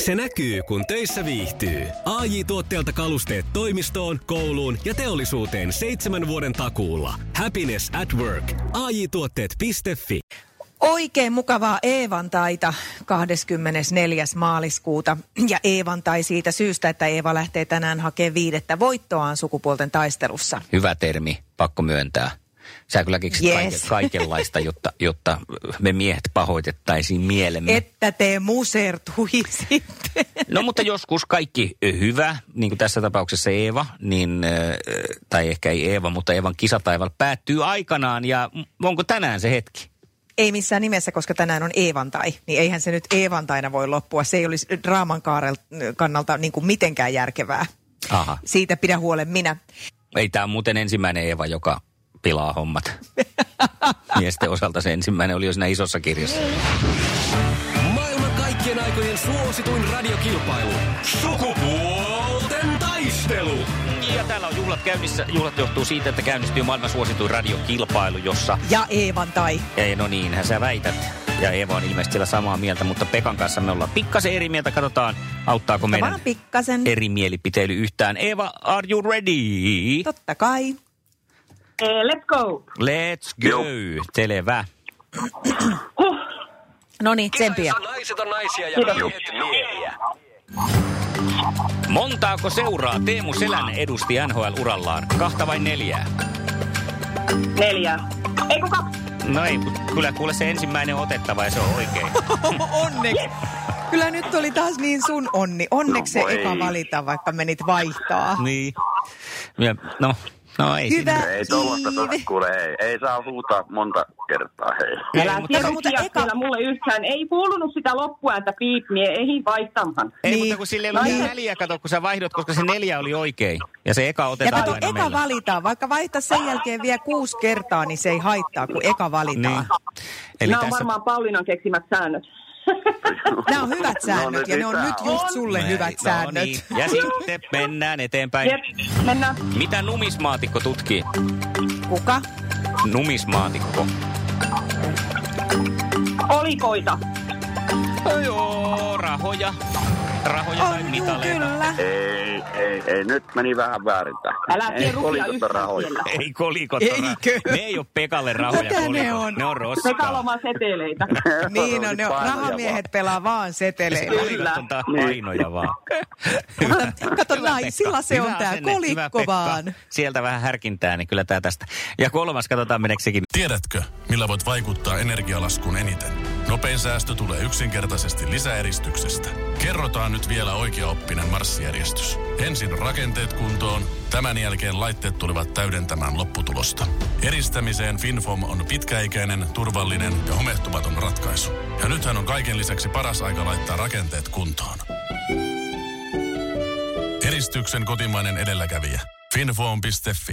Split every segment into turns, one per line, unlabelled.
Se näkyy, kun töissä viihtyy. ai tuotteelta kalusteet toimistoon, kouluun ja teollisuuteen seitsemän vuoden takuulla. Happiness at work. ai tuotteetfi
Oikein mukavaa Eevantaita 24. maaliskuuta. Ja Eevantai siitä syystä, että Eeva lähtee tänään hakemaan viidettä voittoaan sukupuolten taistelussa.
Hyvä termi, pakko myöntää. Sä kyllä keksit yes. kaike, kaikenlaista, jotta, jotta me miehet pahoitettaisiin mielemme.
Että te musertuisitte.
No mutta joskus kaikki hyvä, niin kuin tässä tapauksessa Eeva, niin, tai ehkä ei Eeva, mutta Eevan kisataival päättyy aikanaan ja onko tänään se hetki?
Ei missään nimessä, koska tänään on Eevantai, niin eihän se nyt Eevantaina voi loppua. Se ei olisi draaman kannalta niin kuin mitenkään järkevää. Aha. Siitä pidä huolen minä.
Ei tämä muuten ensimmäinen Eeva, joka pilaa hommat. Miesten osalta se ensimmäinen oli jo siinä isossa kirjassa.
Maailman kaikkien aikojen suosituin radiokilpailu. Sukupuolten taistelu.
Ja täällä on juhlat käynnissä. Juhlat johtuu siitä, että käynnistyy maailman suosituin radiokilpailu, jossa...
Ja Eevan tai.
Ei, no niinhän sä väität. Ja Eeva on ilmeisesti siellä samaa mieltä, mutta Pekan kanssa me ollaan pikkasen eri mieltä. Katsotaan, auttaako Totta meidän
pikkasen.
eri mielipiteily yhtään. Eeva, are you ready?
Totta kai.
Let's go.
Let's go. Televä.
Huh. no niin, tsempiä.
naiset on naisia ja miehet miehiä.
Montaako seuraa Teemu Selän edusti NHL-urallaan? Kahta vai neljää?
Neljä. Ei kun kaksi.
No ei, kyllä kuule se ensimmäinen on otettava ja se on oikein.
Onneksi. Kyllä nyt oli taas niin sun onni. Onneksi no, se eka valita, vaikka menit vaihtaa.
Niin. Ja, no, No ei
Hyvä
siinä.
Ei tuollaista tuoda, kuule, ei, ei saa huutaa monta kertaa, hei.
Älä tiedä mutta eka... mulle yhtään. Ei kuulunut sitä loppuääntä piipmiä, ei vaihtamaan.
Ei, niin. mutta kun sille ei ole mitään väliä, kato, kun sä vaihdot, koska se neljä oli oikein. Ja se eka
Ja
otetaan
kato,
aina
eka
meillä.
valitaan. Vaikka vaihtaa sen jälkeen vielä kuusi kertaa, niin se ei haittaa, kun eka valitaan.
Niin.
Eli
Eli
Nämä on
tässä...
varmaan Paulinan keksimät säännöt.
Niin.
Nämä on hyvät säännöt ja ne on
sitä
nyt just sulle
No
hyvät säännöt.
niin. Ja sitten mennään eteenpäin.
Jep, mennään.
Mitä numismaatikko tutkii?
Kuka?
Numismaatikko.
Olikoita.
No Joo, rahoja. Rahoja tai
On juu,
mitaleita.
kyllä.
Ei, ei, ei, nyt meni vähän väärin tää.
Älä
Ei
tee rupia
kolikota
yhtään
rahoja.
siellä.
Ei kolikot on ra-
Eikö?
Ne ei ole Pekalle rahoja
Mitä ne
kolikot.
on?
Ne on
Me
roskaa.
kalomaan seteleitä.
Niin
Siis
on, ne on. rahamiehet pelaa vaan seteleillä.
Siis Kolikot on taas
Kyllä.
painoja vaan.
Kato
Hyvä,
naisilla
Pekka.
se on
Hyvä
tää
asenne. Hyvä,
kolikko
Pekka.
vaan.
Sieltä vähän härkintää, niin kyllä tää tästä. Ja kolmas, katsotaan meneekö sekin.
Niin Tiedätkö, millä voit vaikuttaa energialaskun eniten? Nopein säästö tulee yksinkertaisesti lisäeristyksestä. Kerrotaan nyt vielä oikeaoppinen marssijärjestys. Ensin rakenteet kuntoon, tämän jälkeen laitteet tulevat täydentämään lopputulosta. Eristämiseen FinFom on pitkäikäinen, turvallinen ja homehtumaton ratkaisu. Ja nythän on kaiken lisäksi paras aika laittaa rakenteet kuntoon. Eristyksen kotimainen edelläkävijä. Finfoam.fi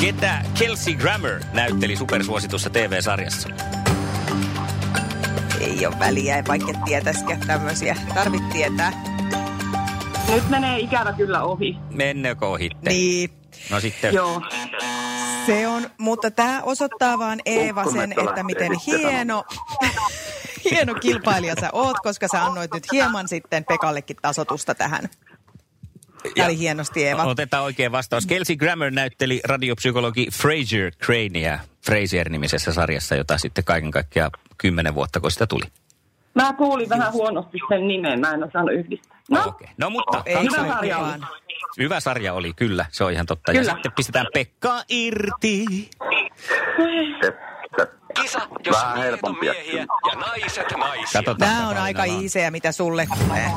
Ketä Kelsey Grammer näytteli supersuositussa TV-sarjassa?
Ei ole väliä, vaikka tietäisikään tämmöisiä. Tarvit tietää.
Nyt menee ikävä kyllä ohi.
Mennekö ohitte?
Niin.
No sitten.
Joo.
Se on, mutta tämä osoittaa vaan Eeva sen,
Ukkomettä
että
lähtee
miten
sitten
hieno, hieno kilpailija sä oot, koska sä annoit nyt hieman sitten Pekallekin tasotusta tähän. Tämä oli hienosti Eeva.
Otetaan oikein vastaus. Kelsey Grammer näytteli radiopsykologi Fraser Crania Fraser-nimisessä sarjassa, jota sitten kaiken kaikkiaan kymmenen vuotta, kun sitä tuli.
Mä kuulin vähän huonosti sen nimen, mä en osannut yhdistää. No,
Okei. No mutta,
Ei
Hyvä
se ole
sarja.
kukaan.
hyvä sarja oli, kyllä, se on ihan totta. Ja
Kyllä.
sitten pistetään Pekka irti.
Kisa,
jossa Vähän miehet on helpompia. miehiä
ja naiset naisia.
Katsotaan.
Nämä
mitä
on aika
valinnan
iisejä, mitä sulle tulee.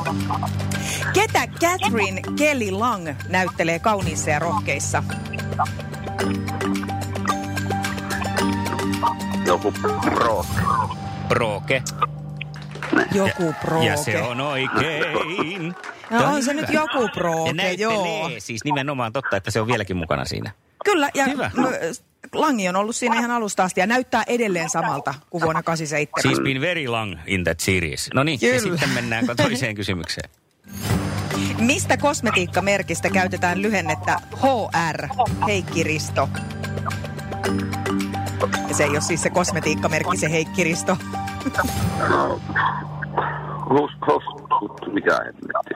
Ketä Catherine Kelly Lang näyttelee kauniissa ja rohkeissa?
Joku rock.
Proke.
Joku prooke.
Ja se on oikein.
No
Tää
on se
hyvä.
nyt joku prooke,
Ja näyttelee
joo.
siis nimenomaan totta, että se on vieläkin mukana siinä.
Kyllä, ja
Hyvä.
m- Langi on ollut siinä ihan alusta asti ja näyttää edelleen samalta kuin vuonna 87.
She's been very long in that series. No niin,
Kyllä.
ja sitten mennään toiseen kysymykseen.
Mistä kosmetiikkamerkistä käytetään lyhennettä HR, Heikki Risto? Ja Se ei ole siis se kosmetiikkamerkki, se Heikki Risto.
No, hus, hus, hus, mikä hemmetti.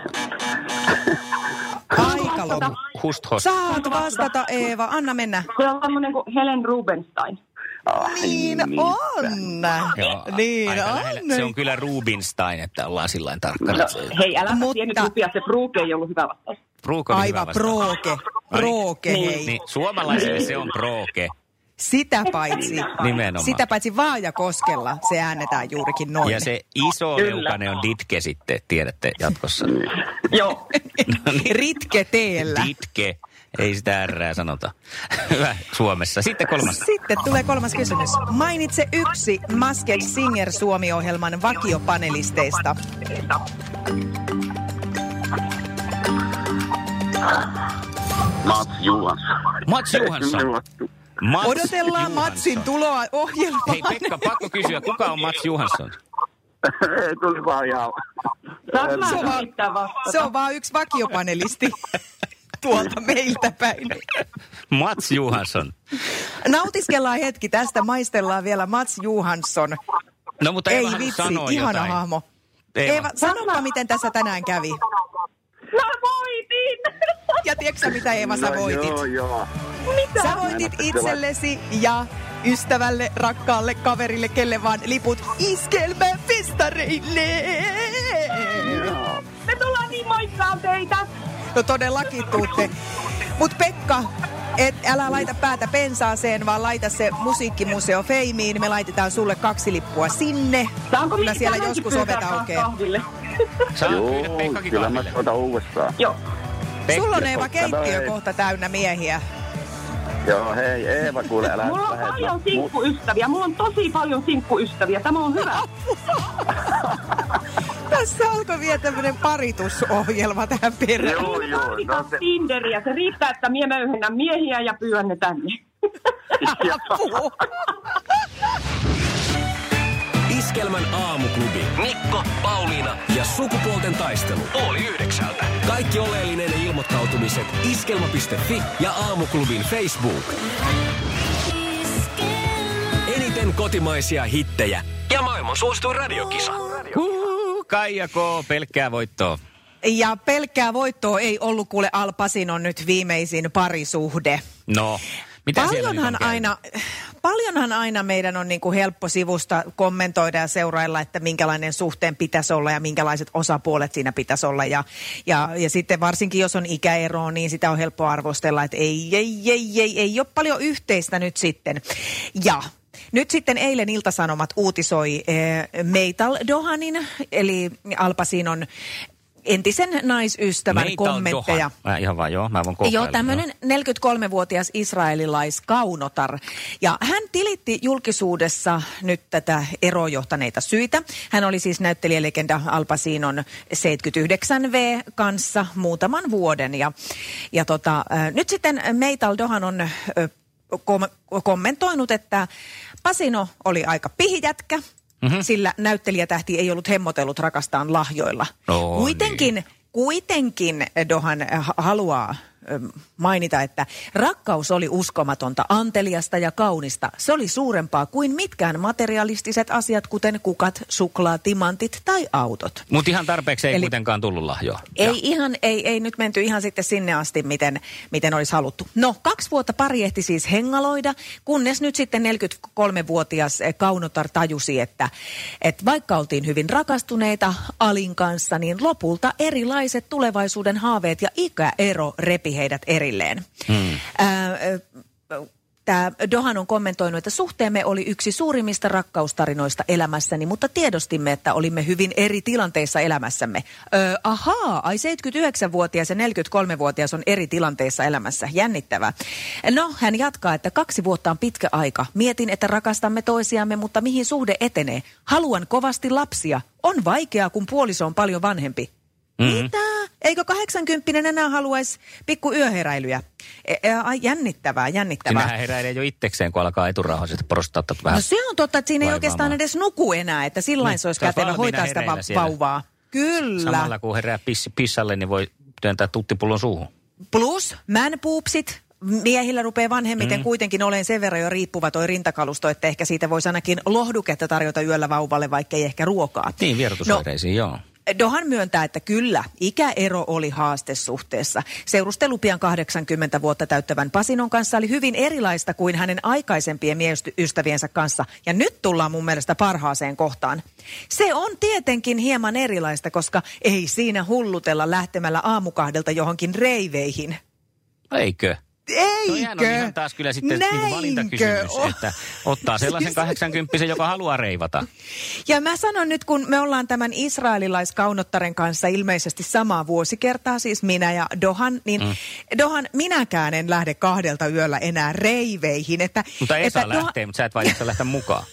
Aika loppu.
Hust host.
Saat vastata, Eeva. Anna mennä.
Se on tämmöinen kuin Helen Rubenstein.
Ah,
Niin on.
Joo, a-
Niin
aika
on.
lähellä. Se on kyllä Rubinstein, että ollaan sillä lailla tarkkana.
No, Hei, älä
Mutta-
Mutta... tiennyt lupia, se Brooke ei ollut hyvä vastaus.
Ruuk oli hyvä
Aivan
vastaus.
prooke. Prooke, hei.
Niin, suomalaisille se on prooke.
Sitä paitsi,
Nimenomaan.
sitä paitsi Vaajakoskella se äänetään juurikin noin.
Ja se iso
Kyllä.
liukane on ditke sitten, tiedätte jatkossa.
Joo.
Ritke teellä.
Ditke. Ei sitä R sanota. Hyvä, Suomessa. Sitten kolmas.
Sitten tulee kolmas kysymys. Mainitse yksi Masked Singer Suomi-ohjelman vakiopanelisteista.
Mats Juhansson.
Mats Johansson. Mats
Odotellaan
Johansson.
Matsin tuloa
Hei
ohjelmaan.
Pekka, pakko kysyä, kuka on Mats Johansson?
Ei, tuli vaan ihan... No
Saat
Em,
mä
vaan-
yrittää vastata.
Se on vaan yksi vakiopanelisti tuolta meiltä päin.
Mats Johansson.
Nautiskellaan hetki tästä, maistellaan vielä Mats Johansson.
No mutta
Ei
Eevahan
vitsi,
sanoi
ihana
jotain.
hahmo.
Eeva.
Eeva, sanoppa miten tässä tänään kävi.
Mä voitin!
Ja tiedätkö sä, mitä Eeva
No
sä voitit?
Joo, joo.
Sä voitit itsellesi ja ystävälle, rakkaalle, kaverille, kelle vaan liput iskelmäfestareille.
Niin.
Me tullaan niin moikkaan teitä!
No todellakin tuutte. Mut Pekka, et, älä laita päätä pensaaseen, vaan laita se Musiikkimuseo Feimiin. Me laitetaan sulle kaksi lippua sinne.
Saanko
Kyllä
mi-
siellä
tänäänkin
joskus
pyytää
ovet
kah-
aukeaa.
kahville?
Saa
Joo,
pyydä Pekkakin
kyllä mä
kahville.
soitan uudestaan.
Joo.
Pekka,
Sulla on Eeva
totta
keittiö
kai.
kohta täynnä miehiä.
Joo, hei, Eeva, kuule, älä
Mulla on
lähde.
paljon
Mut-
sinkkuystäviä. Mulla on tosi paljon sinkkuystäviä. Tämä on hyvä.
Tässä alkoi vielä tämmönen paritusohjelma tähän perään.
Joo,
Me
joo.
tarvitaan
no se-
Tinderiä. Se riittää, että mie möyhennän miehiä ja pyydän ne tänne.
Apua.
Iskelmän aamuklubi. Mikko, Pauliina ja sukupuolten taistelu. Oli yhdeksältä. Kaikki oleellinen ilmoittautumiset iskelma.fi ja aamuklubin Facebook. Eniten kotimaisia hittejä ja maailman suosituin radiokisa.
Huu, Kaija K, pelkkää voittoa.
Ja pelkkää voittoa ei ollut kuule Alpasin on nyt viimeisin parisuhde.
No, mitä siellä nyt on
Paljonhan
käynyt?
aina, paljonhan aina meidän on niin kuin helppo sivusta kommentoida ja seurailla, että minkälainen suhteen pitäisi olla ja minkälaiset osapuolet siinä pitäisi olla. Ja, ja, ja sitten varsinkin jos on ikäero, niin sitä on helppo arvostella, että ei, ei, ei, ei, ei ole paljon yhteistä nyt sitten. Ja nyt sitten eilen Iltasanomat uutisoi eh, Meital Dohanin, eli Alpasinon entisen naisystävän
Meital
kommentteja.
Dohan. Mä ihan vaan, joo, mä voin kokeilla.
Joo, tämmöinen 43-vuotias israelilais Kaunotar. Ja hän tilitti julkisuudessa nyt tätä erojohtaneita syitä. Hän oli siis näyttelijälegenda Al Pacinon 79V kanssa muutaman vuoden. Ja, ja tota, äh, nyt sitten Meital Dohan on äh, kom- kommentoinut, että Pasino oli aika pihijätkä. Mm-hmm. Sillä näyttelijätähti ei ollut hemmotellut rakastaan lahjoilla.
No
Kuitenkin Kuitenkin Dohan äh, haluaa ähm, mainita, että rakkaus oli uskomatonta, anteliasta ja kaunista. Se oli suurempaa kuin mitkään materialistiset asiat, kuten kukat, suklaa, timantit tai autot.
Mutta ihan tarpeeksi ei
Eli-
kuitenkaan tullut lahjoa.
Ei, ihan, ei, ei nyt menty ihan sitten sinne asti, miten, miten olisi haluttu. No, kaksi vuotta pari ehti siis hengaloida, kunnes nyt sitten 43-vuotias eh, Kaunotar tajusi, että, että vaikka oltiin hyvin rakastuneita Alin kanssa, niin lopulta erilaiset tulevaisuuden haaveet ja ikäero repi heidät erilleen. Hmm. että Dohan on kommentoinut, että suhteemme oli yksi suurimmista rakkaustarinoista elämässäni, mutta tiedostimme, että olimme hyvin eri tilanteissa elämässämme. Öö, ahaa, ai 79-vuotias ja 43-vuotias on eri tilanteissa elämässä. Jännittävä. No, hän jatkaa, että kaksi vuotta on pitkä aika. Mietin, että rakastamme toisiamme, mutta mihin suhde etenee? Haluan kovasti lapsia. On vaikeaa, kun puoliso on paljon vanhempi. Mm-hmm. Mitä? Eikö 80 enää haluaisi pikku yöheräilyjä? E- e- ai, jännittävää, jännittävää.
Sinähän heräilee jo itsekseen, kun alkaa eturauhaset prostaattat vähän.
No se on totta, että siinä ei
Äh, vaivaamaan.
oikeastaan edes nuku enää, että sillä
Niin,
se olisi
sä oot
kätevä
valmiina
hoitaa sitä
hereillä
va-
siellä.
vauvaa. Kyllä.
Samalla kun herää piss, pissalle, niin voi työntää tuttipullon suuhun.
Plus man poopsit. Miehillä rupeaa
Mm-hmm.
vanhemmiten mm. kuitenkin olen sen verran jo riippuva toi rintakalusto, että ehkä siitä voisi ainakin lohduketta tarjota yöllä vauvalle, vaikka ei ehkä ruokaa.
Niin, vierotusoireisiin, no. joo.
Dohan myöntää, että kyllä, ikäero oli haaste suhteessa. Seurustelu pian 80 vuotta täyttävän Pasinon kanssa oli hyvin erilaista kuin hänen aikaisempien miesystäviensä kanssa. Ja nyt tullaan mun mielestä parhaaseen kohtaan. Se on tietenkin hieman erilaista, koska ei siinä hullutella lähtemällä aamukahdelta johonkin reiveihin.
Eikö?
Eikö?
Toihan on ihan taas kyllä sitten niinku valintakysymys,
Oh.
että ottaa sellaisen 80 joka haluaa reivata.
Ja mä sanon nyt, kun me ollaan tämän israelilaiskaunottaren kanssa ilmeisesti samaa vuosikertaa, siis minä ja Dohan, niin mm. Dohan, minäkään en lähde kahdelta yöllä enää reiveihin. Että,
Mutta ei
että
saa lähteä, mutta sä et vaan jaksa lähteä mukaan.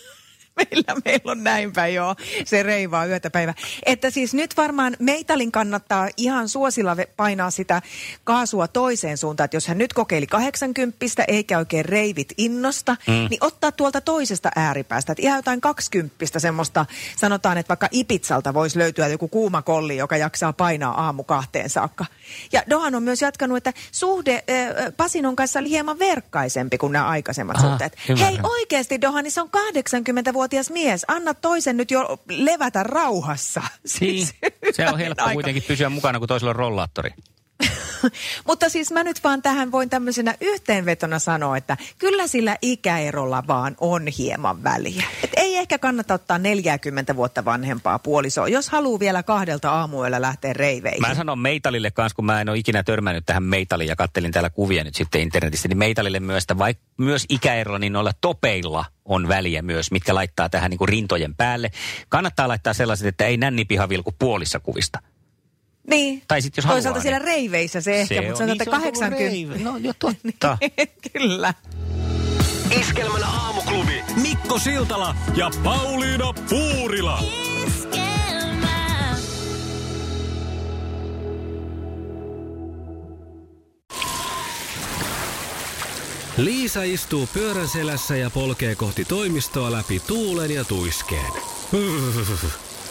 Meillä, meillä on näinpä joo, se reivaa yötä päivä. Että siis nyt varmaan Meitalin kannattaa ihan suosilla ve- painaa sitä kaasua toiseen suuntaan, että jos hän nyt kokeili 80 eikä oikein reivit innosta, mm. niin ottaa tuolta toisesta ääripäästä. Että ihan jotain 20 semmoista, sanotaan, että vaikka Ipitsalta voisi löytyä joku kuuma kolli, joka jaksaa painaa aamu kahteen saakka. Ja Dohan on myös jatkanut, että suhde ö, ö, Pasinon kanssa oli hieman verkkaisempi kuin nämä aikaisemmat
Aha,
suhteet.
Ah, hyvä.
Hei, oikeasti Dohani, niin se on 80-vuotias mies. Anna toisen nyt jo levätä rauhassa. Siis
Niin. Se on helppo
aika.
kuitenkin pysyä mukana, kun toisella on rollaattori.
Mutta siis mä nyt vaan tähän voin tämmöisenä yhteenvetona sanoa, että kyllä sillä ikäerolla vaan on hieman väliä. Et ei ehkä kannata ottaa 40 vuotta vanhempaa puolisoa, jos haluaa vielä kahdelta aamuyöllä lähteä reiveihin.
Mä sanon Meitalille kanssa, kun mä en ole ikinä törmännyt tähän Meitaliin ja kattelin täällä kuvia nyt sitten internetistä, niin Meitalille myös, että vaikka myös ikäero, niin noilla topeilla on väliä myös, mitkä laittaa tähän niin kuin rintojen päälle. Kannattaa laittaa sellaiset, että ei nännipiha vilku puolissa kuvista.
Niin.
Tai sit jos
Toisaalta
haluaa,
siellä
niin-
reiveissä se ehkä, mutta sanotaan, että 80...
No jo totta.
Kyllä.
Iskelmän aamuklubi. Mikko Siltala ja Pauliina Puurila. Liisa istuu pyörän selässä ja polkee kohti toimistoa läpi tuulen ja tuiskeen.